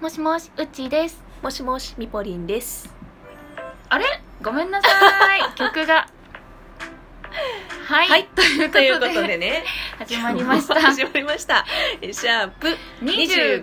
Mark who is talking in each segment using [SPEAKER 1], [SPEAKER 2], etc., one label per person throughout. [SPEAKER 1] もしもし、うっちーです。
[SPEAKER 2] もしもしみぽりんです
[SPEAKER 1] あれごめんなさ い。曲が。はい。
[SPEAKER 2] はい
[SPEAKER 1] ということ
[SPEAKER 2] と
[SPEAKER 1] で
[SPEAKER 2] いうことでね
[SPEAKER 1] 始まりました。
[SPEAKER 2] 始まりましたえシャープ
[SPEAKER 1] 25!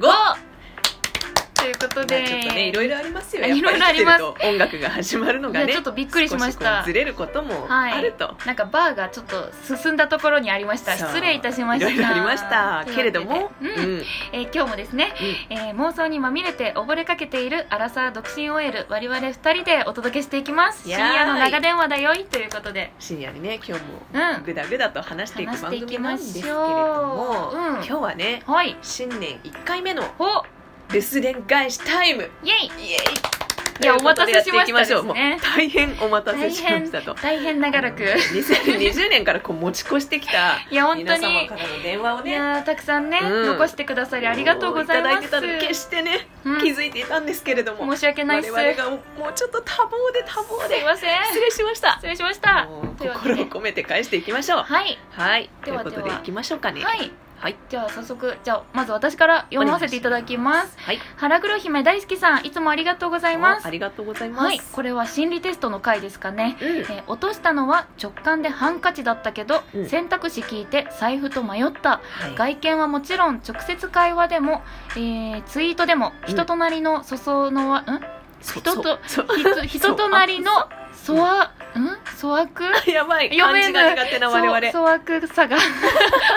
[SPEAKER 1] ということ
[SPEAKER 2] まあ
[SPEAKER 1] で、
[SPEAKER 2] ちょっとねいろいろありますよ
[SPEAKER 1] い
[SPEAKER 2] やっぱ
[SPEAKER 1] ろいろあ
[SPEAKER 2] り
[SPEAKER 1] り
[SPEAKER 2] 来て
[SPEAKER 1] ま
[SPEAKER 2] る
[SPEAKER 1] す
[SPEAKER 2] と音楽が始まるのが
[SPEAKER 1] いや
[SPEAKER 2] ね
[SPEAKER 1] ちょっとびっくりしました
[SPEAKER 2] 少こうずれることも
[SPEAKER 1] はい
[SPEAKER 2] あると、
[SPEAKER 1] なんかバーがちょっと進んだところにありました。
[SPEAKER 2] そう
[SPEAKER 1] 失礼いたしました。
[SPEAKER 2] いろいろありましたけれども
[SPEAKER 1] というわけでうんえー今日もですね、えー妄想にまみれて溺れかけているアラサー独身 OL 我々二人でお届けしていきます
[SPEAKER 2] イエー
[SPEAKER 1] 深
[SPEAKER 2] イ
[SPEAKER 1] 夜の長電話だよいということで
[SPEAKER 2] 深夜にね今日も
[SPEAKER 1] うん
[SPEAKER 2] ぐだぐだと話していく
[SPEAKER 1] 話して
[SPEAKER 2] 番
[SPEAKER 1] いき
[SPEAKER 2] 組な
[SPEAKER 1] ま
[SPEAKER 2] んですけ
[SPEAKER 1] し
[SPEAKER 2] れど
[SPEAKER 1] ょ
[SPEAKER 2] も
[SPEAKER 1] う、うん
[SPEAKER 2] 今日はね
[SPEAKER 1] はい
[SPEAKER 2] 新年1回目の
[SPEAKER 1] ほ
[SPEAKER 2] 留守電返しタイム
[SPEAKER 1] イエイ
[SPEAKER 2] イエイ
[SPEAKER 1] いや
[SPEAKER 2] とうことで
[SPEAKER 1] お待たせしました
[SPEAKER 2] やっていきょう
[SPEAKER 1] ですね
[SPEAKER 2] もう大変お待たせしましたと
[SPEAKER 1] 大変長らく
[SPEAKER 2] 2020年からこう持ち越してきた
[SPEAKER 1] いや本当
[SPEAKER 2] 皆様
[SPEAKER 1] に
[SPEAKER 2] からの電話を
[SPEAKER 1] い
[SPEAKER 2] ね
[SPEAKER 1] やーたくさんね、
[SPEAKER 2] うん
[SPEAKER 1] 残してくださりありがとうございます
[SPEAKER 2] ただいてたの決してね、
[SPEAKER 1] うん
[SPEAKER 2] 気づいていたんですけれども
[SPEAKER 1] 申し訳ないっす
[SPEAKER 2] 我々がもうちょっと多忙で多
[SPEAKER 1] す
[SPEAKER 2] 忙
[SPEAKER 1] い
[SPEAKER 2] で
[SPEAKER 1] ません
[SPEAKER 2] 失礼しました
[SPEAKER 1] 失礼しました
[SPEAKER 2] もう
[SPEAKER 1] というわけ
[SPEAKER 2] 心を
[SPEAKER 1] で
[SPEAKER 2] 込めて返していきましょう
[SPEAKER 1] はい
[SPEAKER 2] はい
[SPEAKER 1] で
[SPEAKER 2] という
[SPEAKER 1] は
[SPEAKER 2] こと
[SPEAKER 1] で
[SPEAKER 2] でい
[SPEAKER 1] は
[SPEAKER 2] きましょうかね
[SPEAKER 1] はい
[SPEAKER 2] はい
[SPEAKER 1] じゃあ早速じゃあまず私から読ませていただきます
[SPEAKER 2] はい
[SPEAKER 1] 腹黒姫大好きさんいつもありがとうございます
[SPEAKER 2] ありがとうございます
[SPEAKER 1] はいこれは心理テストの回ですかね
[SPEAKER 2] うん
[SPEAKER 1] えー落としたのは直感でハンカチだったけど、
[SPEAKER 2] うん
[SPEAKER 1] 選択肢聞いて財布と迷った
[SPEAKER 2] はい
[SPEAKER 1] 外見はもちろん直接会話でも、えーツイートでも
[SPEAKER 2] うん
[SPEAKER 1] 人となりのそそのわ、ん
[SPEAKER 2] そう
[SPEAKER 1] 人と
[SPEAKER 2] そう
[SPEAKER 1] ひつ人となりのそわ、ん粗悪
[SPEAKER 2] そう やばい
[SPEAKER 1] 読
[SPEAKER 2] 漢
[SPEAKER 1] め
[SPEAKER 2] 字
[SPEAKER 1] ない
[SPEAKER 2] が苦手な我々
[SPEAKER 1] そう粗悪さ が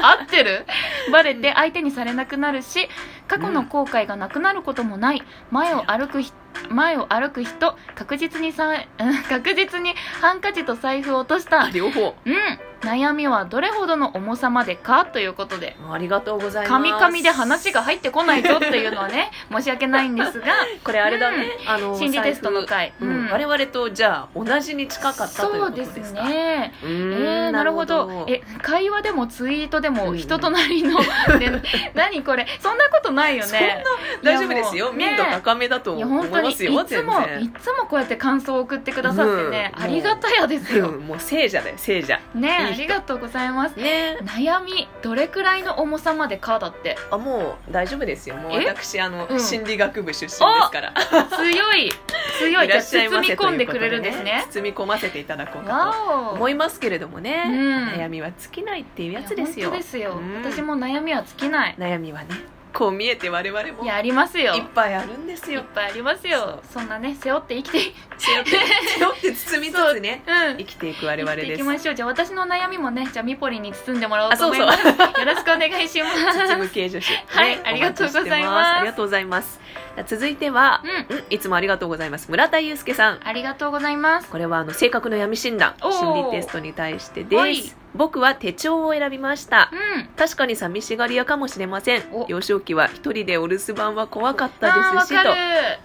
[SPEAKER 1] 合ってるバレて相手にされなくなるし過去の後悔がなくなることもない前を歩くひ前を歩く人確実にさ、うん確実にハンカチと財布を落とした
[SPEAKER 2] あ両方
[SPEAKER 1] うん悩みはどれほどの重さまでかということで
[SPEAKER 2] ありがとうございます
[SPEAKER 1] カミカミで話が入ってこないぞっていうのはね申し訳ないん ですが
[SPEAKER 2] これあれだね、あの
[SPEAKER 1] 心理テストの回、
[SPEAKER 2] 財布うん我々とじゃあ同じに近かったという
[SPEAKER 1] そ
[SPEAKER 2] こ
[SPEAKER 1] う
[SPEAKER 2] と
[SPEAKER 1] で
[SPEAKER 2] ですすか
[SPEAKER 1] ね
[SPEAKER 2] う
[SPEAKER 1] え
[SPEAKER 2] ーん
[SPEAKER 1] ー、なるほどえ会話でもツイートでも人となりの、 ね、何これそんなことないよね
[SPEAKER 2] 大丈夫です
[SPEAKER 1] いや
[SPEAKER 2] よ
[SPEAKER 1] もう
[SPEAKER 2] 民度高めだと
[SPEAKER 1] い
[SPEAKER 2] 思
[SPEAKER 1] や本
[SPEAKER 2] い
[SPEAKER 1] 当に
[SPEAKER 2] ま
[SPEAKER 1] い
[SPEAKER 2] す
[SPEAKER 1] つ
[SPEAKER 2] よ
[SPEAKER 1] もいつ
[SPEAKER 2] 全
[SPEAKER 1] も
[SPEAKER 2] 然
[SPEAKER 1] こうやって感想を送ってくださってね、
[SPEAKER 2] うん
[SPEAKER 1] ありがたやです
[SPEAKER 2] う
[SPEAKER 1] よ
[SPEAKER 2] んもう聖者だよ聖者
[SPEAKER 1] ね
[SPEAKER 2] いい
[SPEAKER 1] あ
[SPEAKER 2] 人
[SPEAKER 1] りがとうございます
[SPEAKER 2] ね
[SPEAKER 1] 悩みどれくらいの重さまでかだって
[SPEAKER 2] あもう大丈夫ですよもう
[SPEAKER 1] え
[SPEAKER 2] 私あの、
[SPEAKER 1] うん
[SPEAKER 2] 心理学部出身ですから
[SPEAKER 1] 強い強い
[SPEAKER 2] らっしゃいま
[SPEAKER 1] 包み
[SPEAKER 2] せ
[SPEAKER 1] 込んで
[SPEAKER 2] とい
[SPEAKER 1] く
[SPEAKER 2] うこと
[SPEAKER 1] れるんですね
[SPEAKER 2] 包み込ませていただこうかと
[SPEAKER 1] わお
[SPEAKER 2] 思いますけれどもね、
[SPEAKER 1] うん
[SPEAKER 2] 悩みは尽きないっていうやつです
[SPEAKER 1] いや
[SPEAKER 2] よ
[SPEAKER 1] 本当ですよ、
[SPEAKER 2] うん
[SPEAKER 1] 私も悩みは尽きない
[SPEAKER 2] 悩みはねこう見えて我々も
[SPEAKER 1] い
[SPEAKER 2] い
[SPEAKER 1] やありますよ
[SPEAKER 2] っぱいあるんです
[SPEAKER 1] いっ
[SPEAKER 2] よ
[SPEAKER 1] ぱいありますよそんなね背負って生きて
[SPEAKER 2] 背負って背負って包みつつね
[SPEAKER 1] うん
[SPEAKER 2] 生きていく我々
[SPEAKER 1] 生きて
[SPEAKER 2] で
[SPEAKER 1] い
[SPEAKER 2] す
[SPEAKER 1] きましょうじゃあ私の悩みもねじゃあみぽりんに包んでもらおう
[SPEAKER 2] あ
[SPEAKER 1] と
[SPEAKER 2] そ
[SPEAKER 1] 思
[SPEAKER 2] う
[SPEAKER 1] い
[SPEAKER 2] そう
[SPEAKER 1] ます
[SPEAKER 2] 実
[SPEAKER 1] よろしくお願いします
[SPEAKER 2] 務系女子
[SPEAKER 1] はい
[SPEAKER 2] ね
[SPEAKER 1] ありがとうございます
[SPEAKER 2] お待ちしてありがとうございますじゃあ続いては
[SPEAKER 1] う、ん
[SPEAKER 2] うん、いつもありがとうございます村田祐介さん
[SPEAKER 1] ありがとうございます
[SPEAKER 2] これはあの性格の闇診断
[SPEAKER 1] おー
[SPEAKER 2] 心理テストに対してです、
[SPEAKER 1] はい
[SPEAKER 2] 僕は手帳を選びました
[SPEAKER 1] うん
[SPEAKER 2] 確かに寂しがり屋かもしれません
[SPEAKER 1] お
[SPEAKER 2] 幼少期は一人でお留守番は怖かっ
[SPEAKER 1] あー
[SPEAKER 2] たで
[SPEAKER 1] わ
[SPEAKER 2] すし
[SPEAKER 1] かる
[SPEAKER 2] と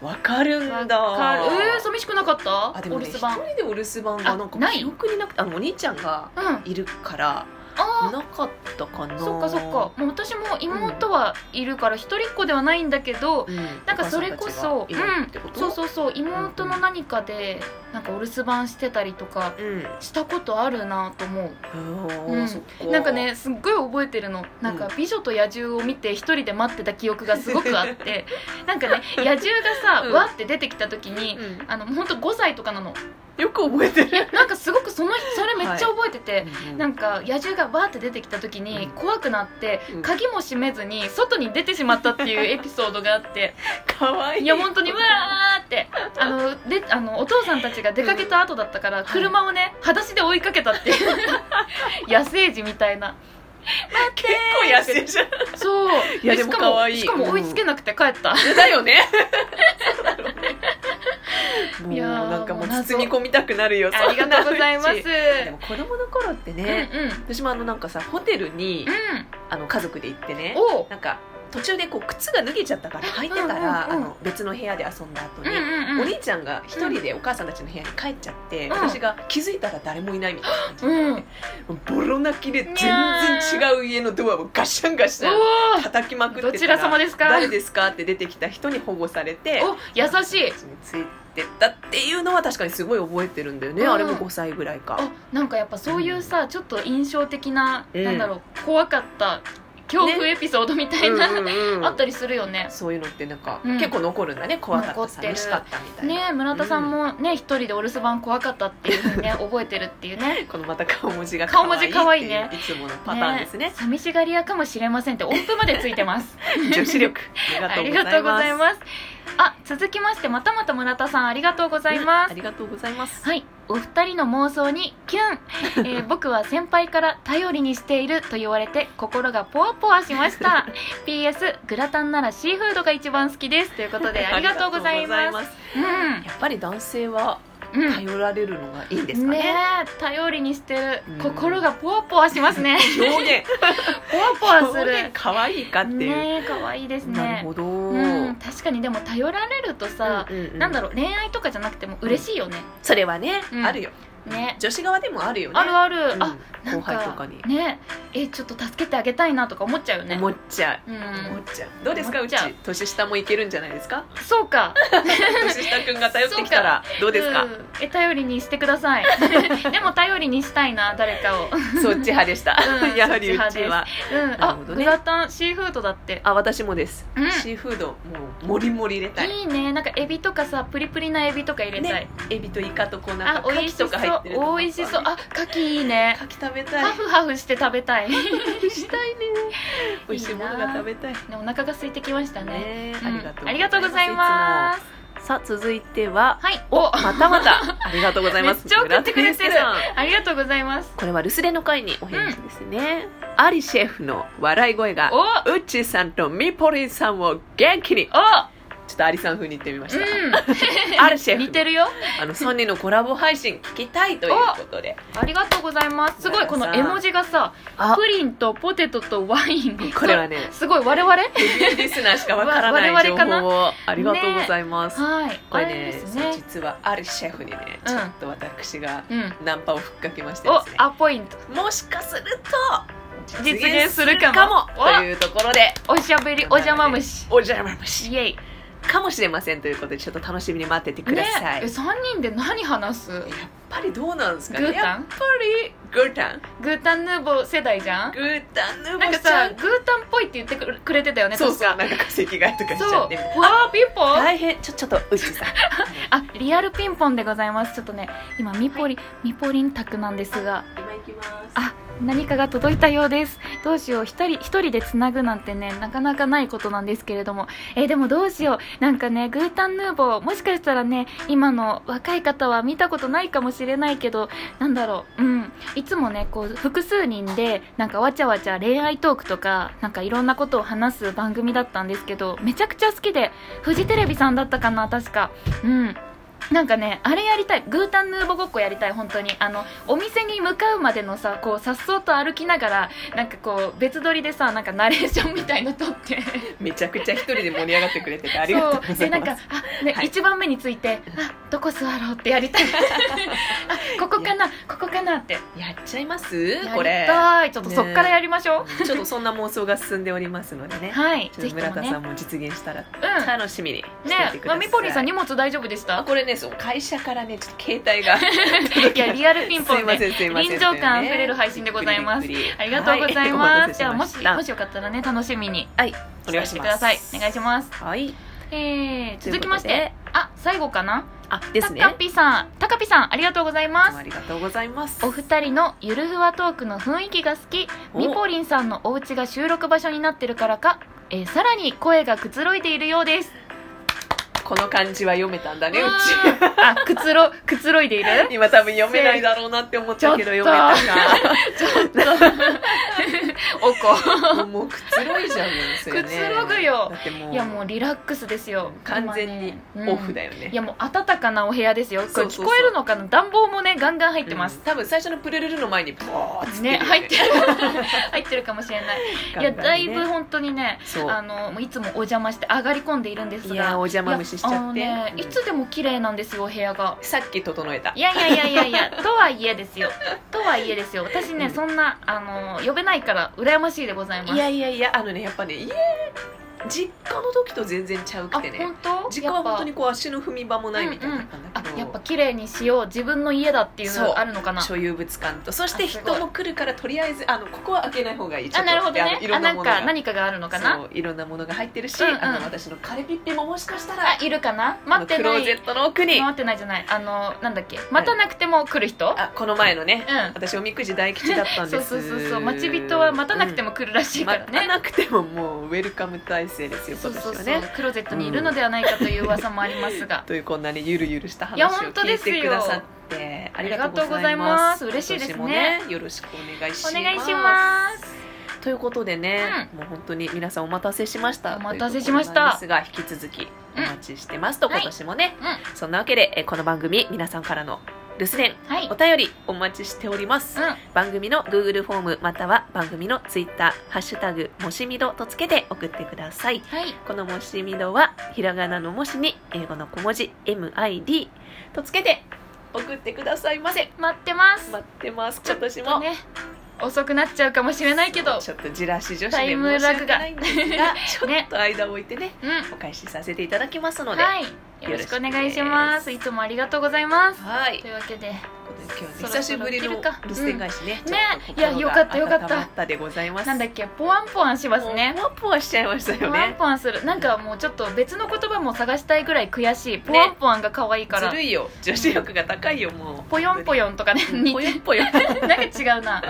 [SPEAKER 2] わかる
[SPEAKER 1] わ
[SPEAKER 2] んだ
[SPEAKER 1] かるえー、寂しくなかった
[SPEAKER 2] あでもね
[SPEAKER 1] お留守
[SPEAKER 2] 一人
[SPEAKER 1] 番
[SPEAKER 2] でお留守番がなん
[SPEAKER 1] あな
[SPEAKER 2] か
[SPEAKER 1] い
[SPEAKER 2] 記憶になくてあのお兄ちゃんが
[SPEAKER 1] うんあ
[SPEAKER 2] いるから
[SPEAKER 1] あ
[SPEAKER 2] なかったかな
[SPEAKER 1] そっかそっかもう私も妹はいるから一人っ子ではないんだけど、
[SPEAKER 2] うん
[SPEAKER 1] なんかそれこそ
[SPEAKER 2] お母さんたちがいるってこと
[SPEAKER 1] そうそうそう妹の何かでなんかお留守番してたりとか
[SPEAKER 2] うん
[SPEAKER 1] したことあるなと思
[SPEAKER 2] う
[SPEAKER 1] うんん
[SPEAKER 2] そっか
[SPEAKER 1] うなんかねすっごい覚えてるのなんか
[SPEAKER 2] う
[SPEAKER 1] 「美女と野獣」を見て一人で待ってた記憶がすごくあって なんかね野獣がさ、
[SPEAKER 2] うん
[SPEAKER 1] わって出てきた時に、
[SPEAKER 2] う
[SPEAKER 1] あのほんと5歳とかなの
[SPEAKER 2] んよく覚えてる
[SPEAKER 1] なんかすごくそのそれめっちゃ覚えてて、なん
[SPEAKER 2] か
[SPEAKER 1] んか野獣がわーって出てきた時に
[SPEAKER 2] うん
[SPEAKER 1] 怖くなって
[SPEAKER 2] うん
[SPEAKER 1] 鍵も閉めずに外に出てしまったって いうエピソードがあって
[SPEAKER 2] かわい
[SPEAKER 1] いや本当にうわーってあのであのお父さんたちが出かけた後だったから
[SPEAKER 2] ん
[SPEAKER 1] 車をね裸足で追いかけたっていう 野生児みたいな
[SPEAKER 2] 結構野生じゃん
[SPEAKER 1] そう
[SPEAKER 2] いや
[SPEAKER 1] でし
[SPEAKER 2] でも
[SPEAKER 1] か
[SPEAKER 2] 可
[SPEAKER 1] も
[SPEAKER 2] 愛い
[SPEAKER 1] しかも追いつけなくて帰った、
[SPEAKER 2] だよね。
[SPEAKER 1] いやー
[SPEAKER 2] もうなんかも
[SPEAKER 1] も
[SPEAKER 2] う
[SPEAKER 1] う謎
[SPEAKER 2] 包み込みたくなるよ。
[SPEAKER 1] ありがとうございます
[SPEAKER 2] そんなうちでも子供の頃って
[SPEAKER 1] うんうん
[SPEAKER 2] ね、私もあのなんかさホテルにあの家族で行ってね
[SPEAKER 1] うん、お
[SPEAKER 2] なんか途中でこう靴が脱げちゃったから履いてたら、
[SPEAKER 1] うんうんうん
[SPEAKER 2] あの別の部屋で遊んだ後
[SPEAKER 1] うんう
[SPEAKER 2] に。
[SPEAKER 1] ん
[SPEAKER 2] お
[SPEAKER 1] うん
[SPEAKER 2] 兄ちゃんが一人でお母さんたちの部屋に帰っちゃって、
[SPEAKER 1] うん
[SPEAKER 2] 私が気づいたら誰もいないみたいな感じで、
[SPEAKER 1] うん
[SPEAKER 2] もうボロ泣きで全然違う家のドアをガシャンガシャン
[SPEAKER 1] おー
[SPEAKER 2] 叩きまくってたら
[SPEAKER 1] どちら様ですか
[SPEAKER 2] 誰ですかって出てきた人に保護されて
[SPEAKER 1] お優しい
[SPEAKER 2] ついてったっていうのは確かにすごい覚えてるんだよね、
[SPEAKER 1] うん
[SPEAKER 2] あれも5歳ぐらいか
[SPEAKER 1] あなんかやっぱそういうさちょっと印象的な、
[SPEAKER 2] うん
[SPEAKER 1] なんだろう怖かった恐怖エピソードみたいな、
[SPEAKER 2] うんうんう ん
[SPEAKER 1] あったりするよね
[SPEAKER 2] そういうのってなんか、
[SPEAKER 1] うん
[SPEAKER 2] 結構残るんだね怖かった
[SPEAKER 1] 残ってる
[SPEAKER 2] 寂しかったみたいな
[SPEAKER 1] ね村田さんもね一人でお留守番怖かったっていうふうにね覚えてるっていうね
[SPEAKER 2] このまた顔文字が
[SPEAKER 1] 顔文字可愛いね
[SPEAKER 2] 可愛ってういつものパターンですね
[SPEAKER 1] 寂しがり屋かもしれませんって音符までついてます
[SPEAKER 2] 女子力
[SPEAKER 1] あ
[SPEAKER 2] あ
[SPEAKER 1] り
[SPEAKER 2] り
[SPEAKER 1] がと
[SPEAKER 2] がと
[SPEAKER 1] う
[SPEAKER 2] う
[SPEAKER 1] ご
[SPEAKER 2] ご
[SPEAKER 1] ざ
[SPEAKER 2] ざ
[SPEAKER 1] い
[SPEAKER 2] います
[SPEAKER 1] ますあ続きましてまたまた村田さんありがとうございます
[SPEAKER 2] ありがとうございます
[SPEAKER 1] はい、お二人の妄想にキ ュン、えー僕は先輩から頼りにしていると言われて心がポワポワしました PS グラタンならシーフードが一番好きですということでありがとうござい
[SPEAKER 2] ありがとう
[SPEAKER 1] ま
[SPEAKER 2] ご
[SPEAKER 1] す
[SPEAKER 2] ざすやっぱり男性は
[SPEAKER 1] うん、うん
[SPEAKER 2] 頼られるのがいいんですか
[SPEAKER 1] ね
[SPEAKER 2] ね
[SPEAKER 1] え頼りにしてる、
[SPEAKER 2] うん
[SPEAKER 1] 心がポワポワします ね
[SPEAKER 2] 表現
[SPEAKER 1] ポワポワする
[SPEAKER 2] 表現可愛いかっていう、
[SPEAKER 1] ねえ可愛いですね
[SPEAKER 2] なるほど、
[SPEAKER 1] うん、確かにでも頼られるとさ、
[SPEAKER 2] うんうんうん
[SPEAKER 1] なんだろう恋愛とかじゃなくても嬉しいよね、
[SPEAKER 2] それはね、
[SPEAKER 1] うん
[SPEAKER 2] あるよ
[SPEAKER 1] ね
[SPEAKER 2] 女子側でもあるよね
[SPEAKER 1] あるある、
[SPEAKER 2] うん
[SPEAKER 1] あなん
[SPEAKER 2] 後輩とかに
[SPEAKER 1] ねえちょっと助けてあげたいなとか思っちゃうよね
[SPEAKER 2] 思っちゃう
[SPEAKER 1] うん
[SPEAKER 2] 思っちゃうどうですか
[SPEAKER 1] 思っ
[SPEAKER 2] う
[SPEAKER 1] ち
[SPEAKER 2] ち
[SPEAKER 1] ゃう
[SPEAKER 2] 年下もいけるんじゃないで すか
[SPEAKER 1] そうか
[SPEAKER 2] 年下くんが頼ってきたらどうですか
[SPEAKER 1] んえ頼りにしてくだ さいでも頼りにしたいな誰かを
[SPEAKER 2] そっち派でした、
[SPEAKER 1] うん
[SPEAKER 2] やはり
[SPEAKER 1] そっち派
[SPEAKER 2] うち
[SPEAKER 1] です
[SPEAKER 2] は
[SPEAKER 1] うん、
[SPEAKER 2] な
[SPEAKER 1] あ
[SPEAKER 2] るほど
[SPEAKER 1] グ
[SPEAKER 2] ね
[SPEAKER 1] ラタンシーフードだって
[SPEAKER 2] あ私もです、
[SPEAKER 1] うん
[SPEAKER 2] シーフードもうもりもり入れたい
[SPEAKER 1] いいねなんかエビとかさプリプリなエビとか入れたい、
[SPEAKER 2] ねエビとイカとこうなん
[SPEAKER 1] あ
[SPEAKER 2] か
[SPEAKER 1] 美
[SPEAKER 2] 牡
[SPEAKER 1] 味し
[SPEAKER 2] 蠣
[SPEAKER 1] そう
[SPEAKER 2] とか入ってるの
[SPEAKER 1] 美味しそうあ牡蠣いいね
[SPEAKER 2] 牡蠣食べたい
[SPEAKER 1] ハフハフして食べたい
[SPEAKER 2] したいね 美味しいものが食べたいね
[SPEAKER 1] ねお腹が空いてきましたねうん
[SPEAKER 2] あ
[SPEAKER 1] あ
[SPEAKER 2] り
[SPEAKER 1] り
[SPEAKER 2] が
[SPEAKER 1] が
[SPEAKER 2] と
[SPEAKER 1] とうご
[SPEAKER 2] うござ
[SPEAKER 1] ざ
[SPEAKER 2] い
[SPEAKER 1] い
[SPEAKER 2] ま
[SPEAKER 1] ますす
[SPEAKER 2] さあ続いては
[SPEAKER 1] はい
[SPEAKER 2] おまたまた ありがとうございます
[SPEAKER 1] めっちゃ送ってくれてる
[SPEAKER 2] グラテンさん
[SPEAKER 1] ありがとうございます
[SPEAKER 2] これは留守電の会にお返事ですね、アリシェフの笑い声が
[SPEAKER 1] お
[SPEAKER 2] うっちーさんとミポリンさんを元気にちょ
[SPEAKER 1] お
[SPEAKER 2] っとアリさん風に言ってみました、
[SPEAKER 1] う
[SPEAKER 2] アリシェ
[SPEAKER 1] ん
[SPEAKER 2] フ
[SPEAKER 1] 似てるよ
[SPEAKER 2] あの3人のコラボ配信聞きたいということで
[SPEAKER 1] ありがとうございますすごいこの絵文字がさ
[SPEAKER 2] あ
[SPEAKER 1] プリンとポテトとワイン
[SPEAKER 2] これはね
[SPEAKER 1] すごい我々は
[SPEAKER 2] ヘビーリスナーしかわからな
[SPEAKER 1] わ
[SPEAKER 2] い
[SPEAKER 1] 我
[SPEAKER 2] 情
[SPEAKER 1] 々かな
[SPEAKER 2] 報をありがとうございます、
[SPEAKER 1] い
[SPEAKER 2] こ
[SPEAKER 1] あ
[SPEAKER 2] れ
[SPEAKER 1] れ
[SPEAKER 2] ね
[SPEAKER 1] ですね
[SPEAKER 2] 実はアリシェフにね
[SPEAKER 1] うん
[SPEAKER 2] ちょっと私が
[SPEAKER 1] うん
[SPEAKER 2] ナンパをふっかけましてで
[SPEAKER 1] お
[SPEAKER 2] すね、
[SPEAKER 1] アポイント
[SPEAKER 2] もしかすると
[SPEAKER 1] 実現するかも
[SPEAKER 2] 実現するかもというところで
[SPEAKER 1] おしゃべりお邪魔虫
[SPEAKER 2] おじゃまし
[SPEAKER 1] イエイ
[SPEAKER 2] かもしれませんということでちょっと楽しみに待っててくだ
[SPEAKER 1] ね
[SPEAKER 2] さい、
[SPEAKER 1] え
[SPEAKER 2] やっ
[SPEAKER 1] 三人で何話す
[SPEAKER 2] ぱりどうなんです
[SPEAKER 1] グ
[SPEAKER 2] かね
[SPEAKER 1] ータ
[SPEAKER 2] やっ
[SPEAKER 1] ン
[SPEAKER 2] ぱりグータン
[SPEAKER 1] グータンヌーボー世代じゃん
[SPEAKER 2] グータンヌ
[SPEAKER 1] なん
[SPEAKER 2] ボ
[SPEAKER 1] か
[SPEAKER 2] ちゃ
[SPEAKER 1] さ
[SPEAKER 2] ん
[SPEAKER 1] グータンっぽいって言ってくれてたよね
[SPEAKER 2] そう
[SPEAKER 1] 確
[SPEAKER 2] そ
[SPEAKER 1] か
[SPEAKER 2] うなんか席替えとかし
[SPEAKER 1] そ
[SPEAKER 2] ち
[SPEAKER 1] う
[SPEAKER 2] ゃって
[SPEAKER 1] わーピンポン
[SPEAKER 2] 大変ちょちょっとうちさん
[SPEAKER 1] あリアルピンポンでございますちょっとね今ミポリ、ミポリン宅なんですが
[SPEAKER 2] 今行きます
[SPEAKER 1] あ何かが届いたようですどうしよう一人一人でつなぐなんてねなかなかないことなんですけれどもえーでもどうしようなんかねグータンヌーボーもしかしたらね今の若い方は見たことないかもしれないけどなんだろううんいつもねこう複数人でなんかわちゃわちゃ恋愛トークとかなんかいろんなことを話す番組だったんですけどめちゃくちゃ好きでフジテレビさんだったかな確かうんなんかねあれやりたいグータンヌーボごっこやりたい本当にあのお店に向かうまでのさこうさっそうと歩きながらなんかこう別撮りでさなんかナレーションみたいの撮って
[SPEAKER 2] めちゃくちゃ一人で盛り上がってくれててありがとうご
[SPEAKER 1] そ
[SPEAKER 2] ざ
[SPEAKER 1] で
[SPEAKER 2] い
[SPEAKER 1] なん
[SPEAKER 2] ま
[SPEAKER 1] か
[SPEAKER 2] す
[SPEAKER 1] あ、ね
[SPEAKER 2] はい
[SPEAKER 1] 一番目についてあどこ座ろうってやり たいあここかなここかなって
[SPEAKER 2] やっちゃいます
[SPEAKER 1] や
[SPEAKER 2] こ
[SPEAKER 1] り
[SPEAKER 2] れ
[SPEAKER 1] たいちょっとそっからやりましょう、
[SPEAKER 2] ちょっとそんな妄想が進んでおりますのでね
[SPEAKER 1] はい
[SPEAKER 2] ちょ
[SPEAKER 1] ぜ
[SPEAKER 2] っ
[SPEAKER 1] ひ
[SPEAKER 2] と
[SPEAKER 1] と
[SPEAKER 2] 村
[SPEAKER 1] も
[SPEAKER 2] 田
[SPEAKER 1] ね
[SPEAKER 2] さんも実現したら
[SPEAKER 1] うん
[SPEAKER 2] 楽しみにしていて
[SPEAKER 1] ね
[SPEAKER 2] く
[SPEAKER 1] ま
[SPEAKER 2] ださい、
[SPEAKER 1] あみぽりんさん荷物大丈夫でし
[SPEAKER 2] あ
[SPEAKER 1] た
[SPEAKER 2] これねそう会社からねちょっと携帯が
[SPEAKER 1] いやリア ルピンポ
[SPEAKER 2] すい
[SPEAKER 1] ン
[SPEAKER 2] ま
[SPEAKER 1] で
[SPEAKER 2] せんすいません
[SPEAKER 1] 臨場感あふれる配信でございます
[SPEAKER 2] びっくりびっく
[SPEAKER 1] あ
[SPEAKER 2] り
[SPEAKER 1] りがとうございます、じゃあ
[SPEAKER 2] はいお
[SPEAKER 1] もした
[SPEAKER 2] 待せしま
[SPEAKER 1] もしよかったらね楽しみに
[SPEAKER 2] はいお
[SPEAKER 1] お願
[SPEAKER 2] 願い
[SPEAKER 1] い
[SPEAKER 2] し
[SPEAKER 1] して
[SPEAKER 2] ま
[SPEAKER 1] く
[SPEAKER 2] す
[SPEAKER 1] ださいお願いします
[SPEAKER 2] はい
[SPEAKER 1] えー、続きまし
[SPEAKER 2] という
[SPEAKER 1] てあ最後かな
[SPEAKER 2] あですね
[SPEAKER 1] たかぴさんたかぴさんありがとうござい
[SPEAKER 2] どう
[SPEAKER 1] ま
[SPEAKER 2] もあ
[SPEAKER 1] す
[SPEAKER 2] りがとうございます
[SPEAKER 1] お二人のゆるふわトークの雰囲気が好き
[SPEAKER 2] お
[SPEAKER 1] みぽりんさんのお家が収録場所になってるからか、えーさらに声がくつろいでいるようです
[SPEAKER 2] この漢字は読めたんだねう
[SPEAKER 1] うーんあくつろ くつろいでいる
[SPEAKER 2] ち今多分読めないだろうなって思ったけど読めた
[SPEAKER 1] おこ
[SPEAKER 2] なもうくつろいじゃんもうそれね
[SPEAKER 1] くつろぐよ
[SPEAKER 2] だってもう
[SPEAKER 1] いやもうリラックスですよ
[SPEAKER 2] 完全に
[SPEAKER 1] 今ね
[SPEAKER 2] オフだよね
[SPEAKER 1] うんいやもう暖かなお部屋ですよこ
[SPEAKER 2] そう
[SPEAKER 1] れ
[SPEAKER 2] そうそ
[SPEAKER 1] 聞
[SPEAKER 2] う
[SPEAKER 1] こえるのかな暖房もねガンガン入
[SPEAKER 2] 入
[SPEAKER 1] ってます、
[SPEAKER 2] 多分最初のプルルルの前にボーッつ
[SPEAKER 1] ね入ってる 入ってるかもしれないいやだいぶ本当にね
[SPEAKER 2] そう
[SPEAKER 1] あのもういつもお邪魔して上がり込んでいるんですが
[SPEAKER 2] いやお邪魔虫しちゃって
[SPEAKER 1] いやあのね
[SPEAKER 2] うん
[SPEAKER 1] いつでも綺麗なんですよお部屋が
[SPEAKER 2] さっき整えた
[SPEAKER 1] いやいやいやいやいやとはいえです よとはいえですよ私ね、
[SPEAKER 2] うん
[SPEAKER 1] そんなあの呼べないから羨ましいでございます
[SPEAKER 2] いやいやいやあのねやっぱね家実家の時と全然ちゃう
[SPEAKER 1] あ
[SPEAKER 2] くてね
[SPEAKER 1] 本当
[SPEAKER 2] 実家は本当にこう足の踏み場もないみたいな感じだ
[SPEAKER 1] あ
[SPEAKER 2] けど、
[SPEAKER 1] やっぱ綺麗にしよう自分の家だっていうのがあるのかな
[SPEAKER 2] 所有物感とそして
[SPEAKER 1] あすごい
[SPEAKER 2] 人も来るからとりあえずあのここは開けない方がいいち
[SPEAKER 1] あ
[SPEAKER 2] ょっと
[SPEAKER 1] なるほど
[SPEAKER 2] あの
[SPEAKER 1] ね
[SPEAKER 2] い
[SPEAKER 1] あ
[SPEAKER 2] ろん
[SPEAKER 1] な
[SPEAKER 2] なんもの
[SPEAKER 1] か
[SPEAKER 2] が
[SPEAKER 1] 何かがあるのかな
[SPEAKER 2] そういろんなものが入ってるし、
[SPEAKER 1] うんうん
[SPEAKER 2] あの私のカレピッペももしかしたら
[SPEAKER 1] あいるかな待って
[SPEAKER 2] あのク
[SPEAKER 1] な
[SPEAKER 2] ローゼ
[SPEAKER 1] い
[SPEAKER 2] ットの奥に
[SPEAKER 1] 待ってないじゃないあのなんだっけ待たなくても来る人、
[SPEAKER 2] あこの前のね、
[SPEAKER 1] うん
[SPEAKER 2] 私おみくじ大吉だったん
[SPEAKER 1] そ
[SPEAKER 2] で
[SPEAKER 1] う
[SPEAKER 2] す
[SPEAKER 1] そうそうそう待ち人は待たなくても来るらしいから
[SPEAKER 2] 待た
[SPEAKER 1] ね、
[SPEAKER 2] なくてももうウェルカム体制ですよ
[SPEAKER 1] そ
[SPEAKER 2] 今
[SPEAKER 1] うそう
[SPEAKER 2] 年は
[SPEAKER 1] そう、
[SPEAKER 2] ね
[SPEAKER 1] クローゼットにいるのではないかという噂もありますが、
[SPEAKER 2] というこんなにゆるゆるした
[SPEAKER 1] いや
[SPEAKER 2] 話を
[SPEAKER 1] 本当
[SPEAKER 2] 聞
[SPEAKER 1] で
[SPEAKER 2] い
[SPEAKER 1] すよ
[SPEAKER 2] てくださってありがとうございま
[SPEAKER 1] ありがとうございます
[SPEAKER 2] す
[SPEAKER 1] 嬉しいですね
[SPEAKER 2] 今年もよろしくお願いします
[SPEAKER 1] お願いします
[SPEAKER 2] ということでね、もう本当に皆さんお待たせしました
[SPEAKER 1] お待たせしました
[SPEAKER 2] ということなんですが引き続きお待ちしてますと、
[SPEAKER 1] うん
[SPEAKER 2] 今年もね、
[SPEAKER 1] はい
[SPEAKER 2] そんなわけでえーこの番組皆さんからの留守電
[SPEAKER 1] はい
[SPEAKER 2] お便りお待ちしております、
[SPEAKER 1] う
[SPEAKER 2] 番組の Google フォームまたは番組の Twitter「ハッシュタグもしみど」とつけて送ってください
[SPEAKER 1] んはい
[SPEAKER 2] このもしみどはひらがなのもしに英語の小文字 MID とつけて送ってくださいませ
[SPEAKER 1] 待ってます
[SPEAKER 2] 待ってます
[SPEAKER 1] ちょっ
[SPEAKER 2] 今
[SPEAKER 1] と
[SPEAKER 2] 年も
[SPEAKER 1] ね遅くなっちゃうかもしれないけど
[SPEAKER 2] ちょっとじらし女子
[SPEAKER 1] タ
[SPEAKER 2] で
[SPEAKER 1] イム
[SPEAKER 2] 申し
[SPEAKER 1] ラグ
[SPEAKER 2] 訳
[SPEAKER 1] が
[SPEAKER 2] ないんですが ちょっと間を置いてね
[SPEAKER 1] うん
[SPEAKER 2] お返しさせていただきますのでは
[SPEAKER 1] はいよろしくお願いしますいつもありがとうございます
[SPEAKER 2] い
[SPEAKER 1] というわけで
[SPEAKER 2] 今日
[SPEAKER 1] そろそろ
[SPEAKER 2] ね久しぶりの
[SPEAKER 1] 切
[SPEAKER 2] 留
[SPEAKER 1] るか
[SPEAKER 2] 守電返しね
[SPEAKER 1] うん
[SPEAKER 2] ちょっと
[SPEAKER 1] ねいや
[SPEAKER 2] 心が
[SPEAKER 1] よかったよかった
[SPEAKER 2] 温まったでございます
[SPEAKER 1] なんだっけポワンポワンしますね
[SPEAKER 2] もうポワポワしちゃいました
[SPEAKER 1] ポ
[SPEAKER 2] よ
[SPEAKER 1] ワン
[SPEAKER 2] ね
[SPEAKER 1] ポワンするなんかもうちょっと別の言葉も探したいぐらい悔しいポワンポワンが可愛いか
[SPEAKER 2] ず
[SPEAKER 1] ら
[SPEAKER 2] るいよ女子力が高いよもう
[SPEAKER 1] ポヨンポ
[SPEAKER 2] ヨ
[SPEAKER 1] ヨンとかね似
[SPEAKER 2] ぽ
[SPEAKER 1] て
[SPEAKER 2] よんぽよん
[SPEAKER 1] なんか違うなあ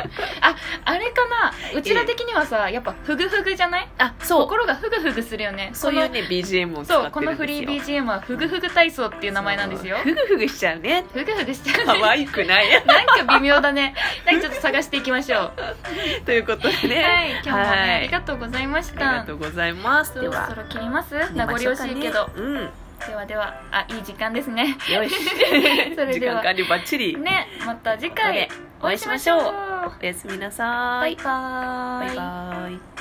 [SPEAKER 1] あれかなうちら的にはさやっぱフグフグじゃない
[SPEAKER 2] あそう
[SPEAKER 1] 心がフグフグするよね
[SPEAKER 2] そういうね BGM
[SPEAKER 1] こ
[SPEAKER 2] を
[SPEAKER 1] の
[SPEAKER 2] 使
[SPEAKER 1] そう
[SPEAKER 2] って
[SPEAKER 1] こ
[SPEAKER 2] る
[SPEAKER 1] の
[SPEAKER 2] んで
[SPEAKER 1] フ
[SPEAKER 2] すよ
[SPEAKER 1] リー BGM はフグフグ体操っていう名前なんですよ
[SPEAKER 2] そうふぐふぐしちゃうね
[SPEAKER 1] フグフグしてる
[SPEAKER 2] 可愛くない
[SPEAKER 1] なんか微妙だねなんかちょっと探していきましょう は
[SPEAKER 2] ということで ね
[SPEAKER 1] い今日もね
[SPEAKER 2] はい
[SPEAKER 1] ありがとうございまし
[SPEAKER 2] ありが
[SPEAKER 1] た
[SPEAKER 2] とうございます
[SPEAKER 1] そ
[SPEAKER 2] で
[SPEAKER 1] ろそ
[SPEAKER 2] は
[SPEAKER 1] ろ切ります
[SPEAKER 2] 寝
[SPEAKER 1] 名残
[SPEAKER 2] まょ
[SPEAKER 1] 惜
[SPEAKER 2] うか
[SPEAKER 1] し
[SPEAKER 2] ね
[SPEAKER 1] いけど
[SPEAKER 2] うんよ
[SPEAKER 1] ではではあいい時間ですね
[SPEAKER 2] し
[SPEAKER 1] それ
[SPEAKER 2] 時
[SPEAKER 1] では
[SPEAKER 2] 間管理バッチリ
[SPEAKER 1] ねまた次回
[SPEAKER 2] お会いしましょうおやすみなさ
[SPEAKER 1] バイ
[SPEAKER 2] い
[SPEAKER 1] バー
[SPEAKER 2] バイバイ